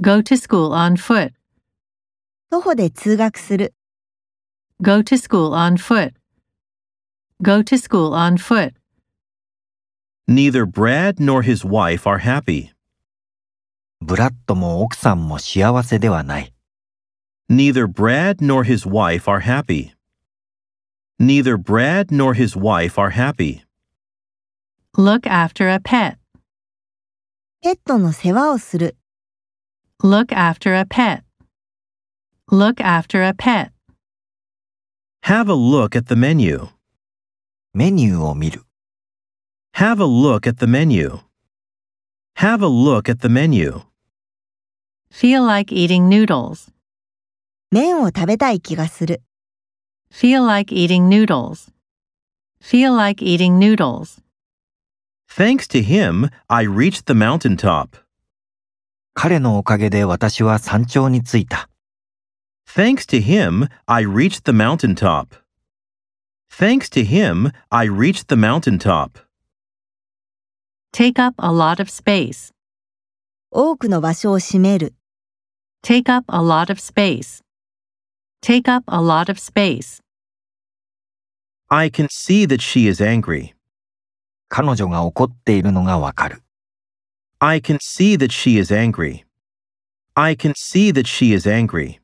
Go to school on foot. 徒歩で通学する、 Go to school on foot. Go to school on foot. Neither Brad nor his wife are happy. ブラッドも奥さんも幸せではない。 Neither Brad nor his wife are happy. Neither Brad nor his wife are happy. Look after a pet. ペットの世話をする、 Look after a pet. Look after a pet. Have a look at the menu. メニューを見る。 Have a look at the menu. Have a look at the menu. Feel like eating noodles. 麺を食べたい気がする、 Feel like eating noodles. Feel like eating noodles. Thanks to him, I reached the mountaintop. 彼のおかげで私は山頂に着いた。 Thanks to him, I reached the mountaintop. Thanks to him, I reached the mountaintop. Take up a lot of space. 多くの場所を占める、 Take up a lot of space. Take up a lot of space. I can see that she is angry. 彼女が怒っているのがわかる。 I can see that she is angry. I can see that she is angry.